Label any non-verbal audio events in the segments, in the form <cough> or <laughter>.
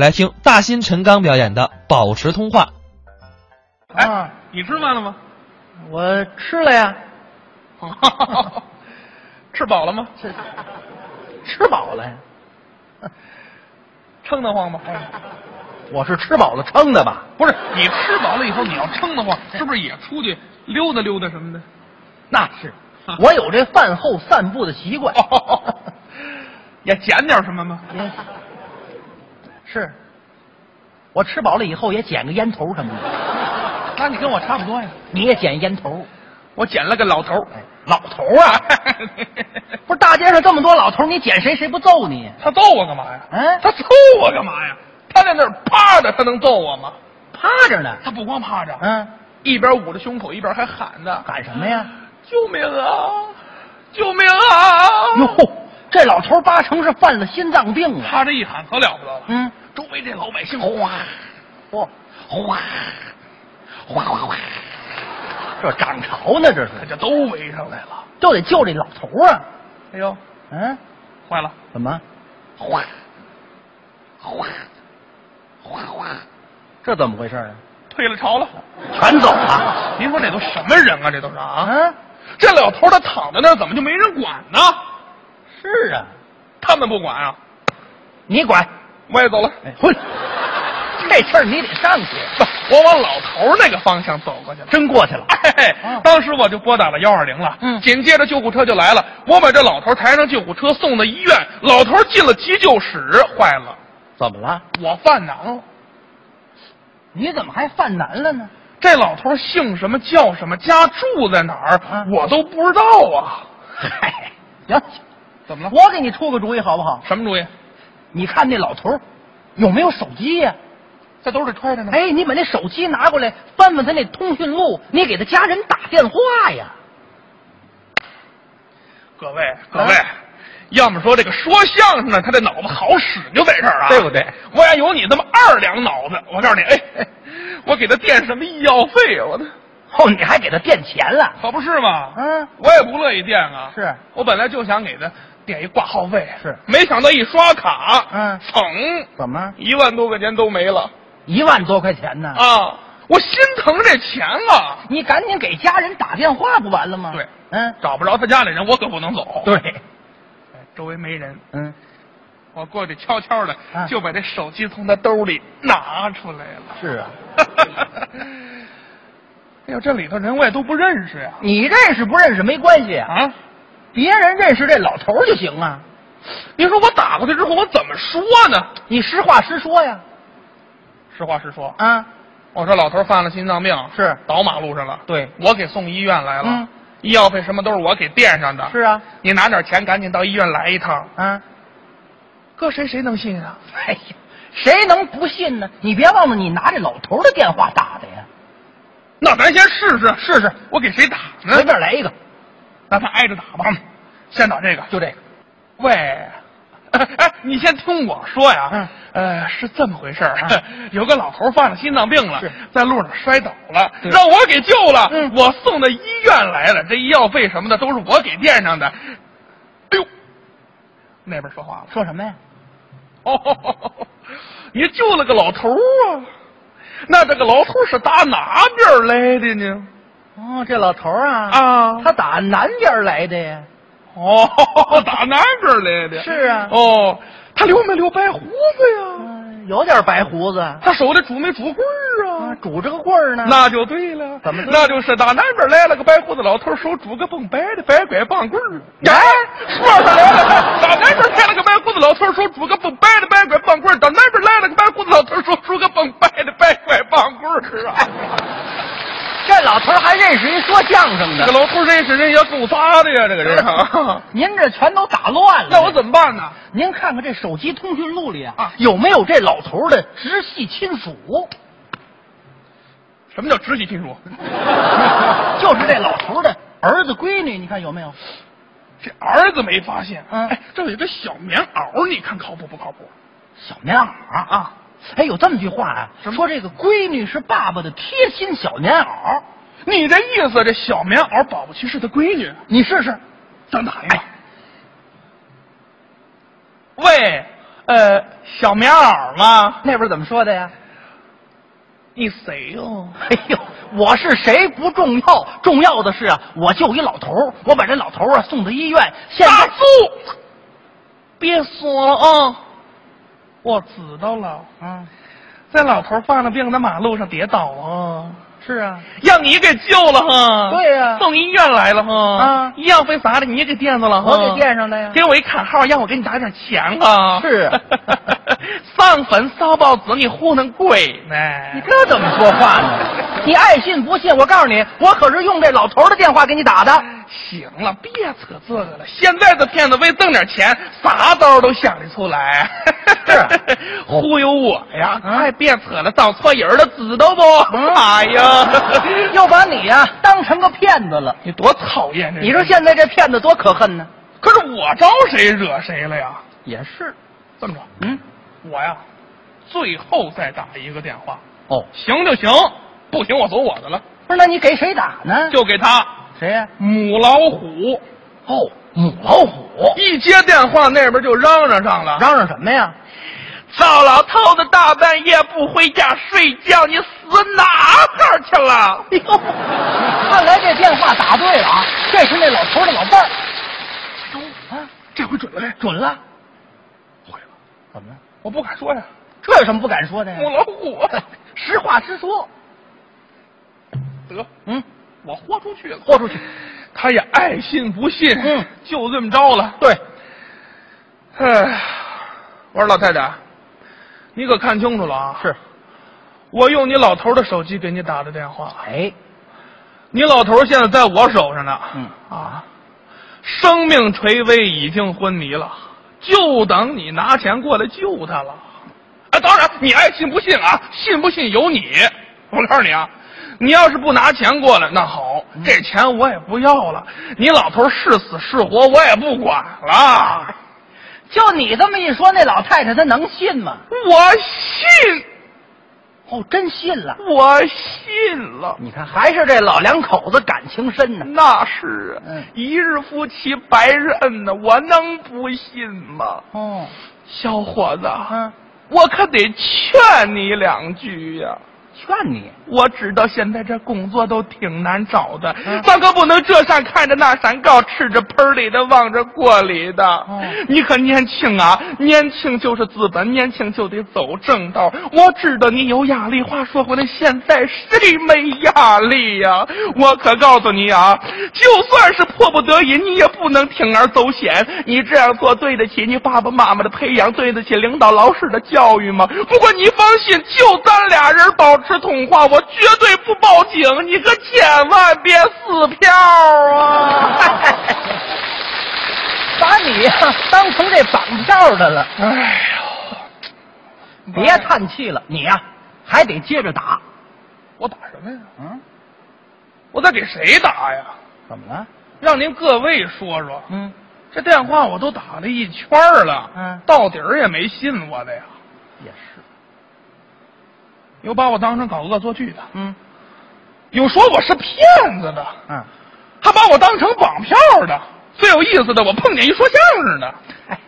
来听大新陈刚表演的《保持通话》。啊哎，你吃饭了吗？ <laughs> 我吃了呀，吃饱了吗？吃吃饱了呀，撑得慌吗？哎我是吃饱了撑的吧？不是，你吃饱了以后你要撑得慌，是不是也出去溜达溜达什么的？那 <laughs> 是，我有这饭后散步的习惯。哦也捡点什么吗？也是，我吃饱了以后也捡个烟头什么的，那你跟我差不多呀，你也捡烟头？我捡了个老头儿哎，老头啊，不是大街上这么多老头，你捡谁谁不揍你？ <laughs> 他揍我干嘛呀？嗯他揍我干嘛呀？他在那儿趴着，他能揍我吗？趴着啊呢，他不光趴着，嗯，一边捂着胸口，一边还喊呢喊什么呀？：“救命啊！救命啊！”哟，这老头八成是犯了心脏病啊！他这一喊可了不得了，嗯，周围这老百姓哗嚯、哗哗哗哗，这涨潮呢，这大是家都围上来了。就得救这老头啊！哎呦，嗯，坏了！怎么？哗哗哗哗，这怎么回事啊？退了潮了。全走了您说这都什么人啊？这都是啊！啊？这老头儿他躺在那儿，怎么就没人管呢？是啊，他们不管啊！你管，我也走了，哎，混，这事儿你得上去，不，我往老头儿那个方向走过去了。真过去了哎啊，当时我就拨打了幺二零了，嗯紧接着救护车就来了，我把这老头抬上救护车送到医院，老头进了急救室，坏了，怎么了？我犯难了，你怎么还犯难了呢？这老头姓什么叫什么，家住在哪儿，啊我都不知道啊，嗨，哎行，怎么了？我给你出个主意好不好？什么主意？你看那老头儿有没有手机呀、在兜里揣着呢。哎，你把那手机拿过来，翻翻他那通讯录，你给他家人打电话呀。各位各位，要么说这个说相声呢，他这脑子好使就在这儿啊，对不对？我要有你这么二两脑子，我告诉你，哎，哎我给他垫什么医药费啊？我的，哦，你还给他垫钱了？可不是嘛。嗯，我也不乐意垫啊。是我本来就想给他垫一挂号费，是没想到一刷卡，嗯噌，怎么一万多块钱都没了一万多块钱呢？啊！我心疼这钱啊，你赶紧给家人打电话不完了吗？对嗯，找不着他家里人，我可不能走。，对，周围没人，嗯，我过去悄悄的啊就把这手机从他兜里拿出来了。 <laughs> 是 <laughs> 啊，哎呦，这里头人我也都不认识呀、你认识不认识没关系啊，啊！别人认识这老头儿就行啊。您说我打过去之后我怎么说呢？你实话实说呀，实话实说，啊，我哦说老头犯了心脏病，是倒马路上了。对我给送医院来了，嗯医药费什么都是我给垫上的。是，啊，你拿点钱赶紧到医院来一趟。啊，搁谁谁能信啊？哎呀，谁能不信呢？你别忘了，你拿这老头儿的电话打的呀，那咱先试试试试，我给谁打呢？随便来一个，那咱挨着打吧。嗯先打这个。就这个。喂，哎，你先听我说呀。嗯。呃，是这么回事儿、啊嗯有个老头儿犯了心脏病了是，在路上摔倒了，对让我给救了。嗯我送到医院来了，这医药费什么的都是我给垫上的。哎呦，那边说话了。说什么呀？哦，你救了个老头儿啊？那这个老头儿是打哪边儿来的呢？哦，这老头儿啊，啊他打南边儿来的呀。哦，打南边儿来的。是啊哦，他留没留白胡子呀？嗯，有点白胡子啊，他手里拄没拄棍儿啊？拄着个棍儿呢。那就对了。怎么对那就是打南边儿来了个白胡子老头儿，手拄个蹦白的白拐棒棍儿。哎哎，说上来了，打南边儿来了个白胡子老头儿，手拄个蹦白的白拐棒棍儿。打南边儿来了个白胡子老头儿，手拄个蹦白的白拐棒棍儿啊！这老头儿还认识一说相声这的，老头儿认识人也够杂的呀，这个人 <laughs> 啊。您这全都打乱了。那我怎么办呢？您看看这手机通讯录里啊，啊有没有这老头儿的直系亲属？ <laughs> 什么叫直系亲属？就是这老头儿的儿子闺女，你看有没有？这儿子没发现，嗯哎，这有一个小棉袄，你看靠谱不靠谱？小棉袄啊啊！哎，有这么句话啊，什么说这个闺女是爸爸的贴心小棉袄，你这意思，这小棉袄保不齐是他闺女，啊你试试。咱打一个。喂，呃，小棉袄吗？那边怎么说的呀？你谁哟、哎呦，我是谁不重要，重要的是啊，我救一老头儿我把这老头儿啊送到医院，现大在柱，别说了啊，我知道了。嗯，这老头犯了病，在马路上跌倒啊，是啊，让你给救了哈。对呀送医院来了哈。啊医药费啥的你也给垫着了哈。我给垫上了呀。给我一卡号，让我给你打点钱啊！是 <laughs> 上坟烧报纸，你糊弄鬼呢？你这怎么说话呢？你爱信不信？我告诉你，我可是用这老头儿的电话给你打的。 <laughs> 行啊了，别扯这个了。现在这骗子为挣点钱，啥招都想得出来。是 <laughs> 忽悠我呀！啊哎，别扯了，找错人了，知道不？嗯哎呀， <laughs> 又把你呀、当成个骗子了。你多讨厌这人！啊你说现在这骗子多可恨呢？可是我招谁惹谁了呀？也是，这么着，嗯，我呀，最后再打一个电话，哦，行就行，不行我走我的了，不是，那你给谁打呢？就给他谁呀、母老虎。哦，嗯母老虎，一接电话，那边就嚷嚷上了，嚷嚷什么呀？ <laughs> 糟老头子大半夜不回家睡觉，你死哪哈去了？哎呦，看来这电话打对了啊，这是那老头儿的老伴儿。啊，这回准了呗，准了，回了，怎么了？我不敢说呀，哎这有什么不敢说的母呀？老虎，实话实说，得，嗯，我豁出去了，豁出去。他也爱信不信，嗯，就这么着了。对，哎，我说老太太，你可看清楚了啊，是，我用你老头的手机给你打的电话，哎，你老头现在在我手上呢，嗯啊，生命垂危，已经昏迷了，就等你拿钱过来救他了。啊，当然你爱信不信啊，信不信由你。我告诉你啊，你要是不拿钱过来，那好，嗯这钱我也不要了。你老头是死是活，我也不管了，就你这么一说，那老太太她能信吗？我信，哦，真信了。我信了。你看，还是这老两口子感情深呢。那是啊嗯，一日夫妻百日恩呐，我能不信吗？哦，小伙子，嗯，我可得劝你两句呀、劝你，我知道现在这工作都挺难找的，嗯咱可不能这山看着那山高，吃着盆里的望着锅里的。哦你可年轻啊，年轻就是资本，年轻就得走正道。我知道你有压力，话说回来，现在谁没压力呀、我可告诉你啊，就算是迫不得已，你也不能铤而走险。你这样做对得起你爸爸妈妈的培养，对得起领导老师的教育吗？不过你放心，就咱俩人保持通话，我绝对不报警。你可千万别撕票啊！ <laughs> 把你呀、当成这绑票的了。哎呦，别叹气了，你呀、还得接着打。我打什么呀？嗯，我在给谁打呀？怎么了？让您各位说说，嗯，这电话我都打了一圈儿了，嗯到底儿也没信我的呀，也是。有把我当成搞恶作剧的，嗯有说我是骗子的，嗯，还把我当成绑票的。最有意思的，我碰见一说相声的，哎，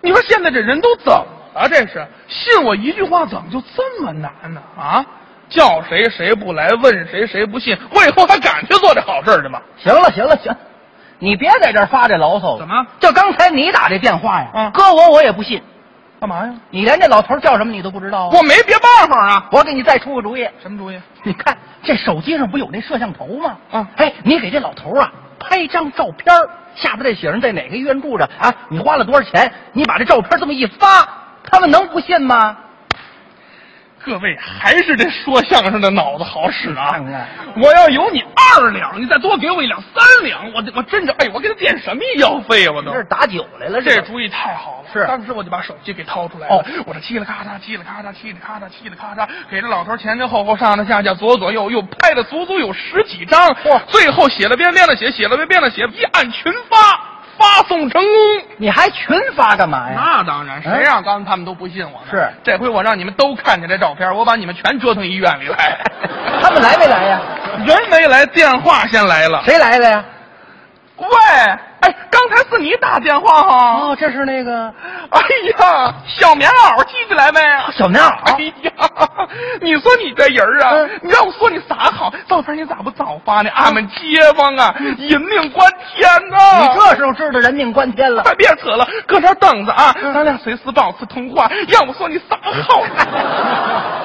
你说现在这人都怎么了？这是信我一句话，怎么就这么难呢？啊，叫谁谁不来，问谁谁不信，我以后还敢去做这好事儿去吗？行了行了行，你别在这儿发这牢骚了。怎么就刚才你打这电话呀？嗯搁我我也不信。干嘛呀？你连这老头叫什么你都不知道啊？哦我没别办法啊。我给你再出个主意，什么主意？你看这手机上不有那摄像头吗？啊哎，你给这老头啊拍张照片儿，下边这写上在哪个医院住着啊，你花了多少钱？你把这照片这么一发，他们能不信吗？各位还是这说相声的脑子好使啊！看看我要有你二两，你再多给我一两三两，我我真着哎，我给他垫什么医药费啊？我都这是打酒来了，这是吧主意太好了，是当时我就把手机给掏出来了，哦我这嘁哩咔嚓，嘁哩咔嚓，嘁哩咔嚓，嘁哩咔嚓，给这老头前前后后、上上下下、左左右右拍了足足有十几张，嚯最后写了遍，练了写，写了遍，练了写，一按群发，发送成功。你还群发干嘛呀？那当然，谁让刚才他们都不信我呢？哎是这回我让你们都看见这照片，我把你们全折腾医院里来。 <laughs> 他们来没来呀？人没来，电话先来了。谁来的呀？喂，哎，刚才是你打电话哈、哦，这是那个哎呀，小棉袄系起来呗。小棉哎袄，呀，你说你这人啊，嗯你让我说你啥好？照片你咋不早发呢？俺们街坊啊，引领观天呐、嗯你这时候知道人命关 <laughs> 天 <laughs> 了。快哎别扯了，搁这儿等着啊，嗯咱俩随时保持通话。让我说你啥好？ <laughs>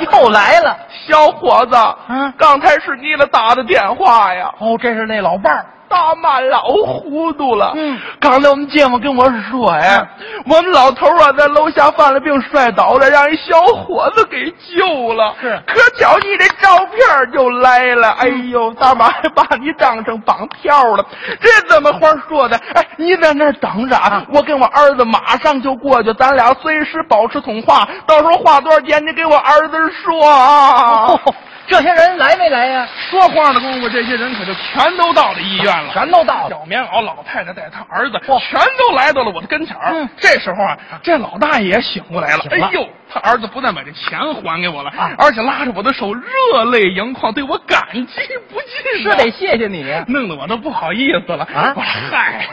又来了，小伙子，嗯刚才是你了打的电话呀，哦，这是那老伴儿，大妈老糊涂了。嗯刚才我们街坊跟我说呀，我们老头啊在楼下犯了病摔倒了，让人小伙子给救了。是嗯可巧你这照片儿就来了，哎呦，大妈还把你当成绑票了，这怎么话说的？哎，你在那儿等着啊，我跟我儿子马上就过去，咱俩随时保持通话，到时候花多少钱你给我儿子说啊。哦，这些人来没来呀？说话的功夫，这些人可就全都到了医院了。全都到了。小棉袄老太太带她儿子哇，全都来到了我的跟前儿。嗯这时候啊，这老大爷也醒过来了。醒了哎呦，他儿子不但把这钱还给我了啊，而且拉着我的手热泪盈眶，对我感激不尽是呐。得谢谢你， <laughs> 弄得我都不好意思了啊我说嗨，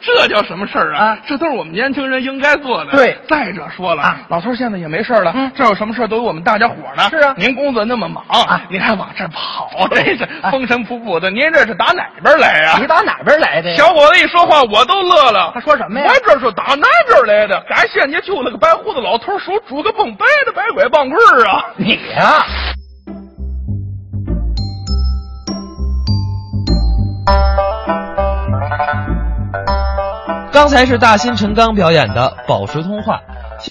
这叫什么事儿啊？啊这都是我们年轻人应该做的。对再者说了，啊老头儿现在也没事儿了，嗯这有什么事儿都有我们大家伙儿呢。是啊您工作那么忙，啊您还往这儿跑，这是啊风尘仆仆的，您这是打哪边儿来呀、你打哪边来的呀？小伙子一说话，我都乐了。他说什么呀我这是打南边来的，感谢你救了个白胡子老头儿，手拄个蹦白的白拐棒棍儿啊！你呀、刚才是大新陈刚表演的《宝石通话》，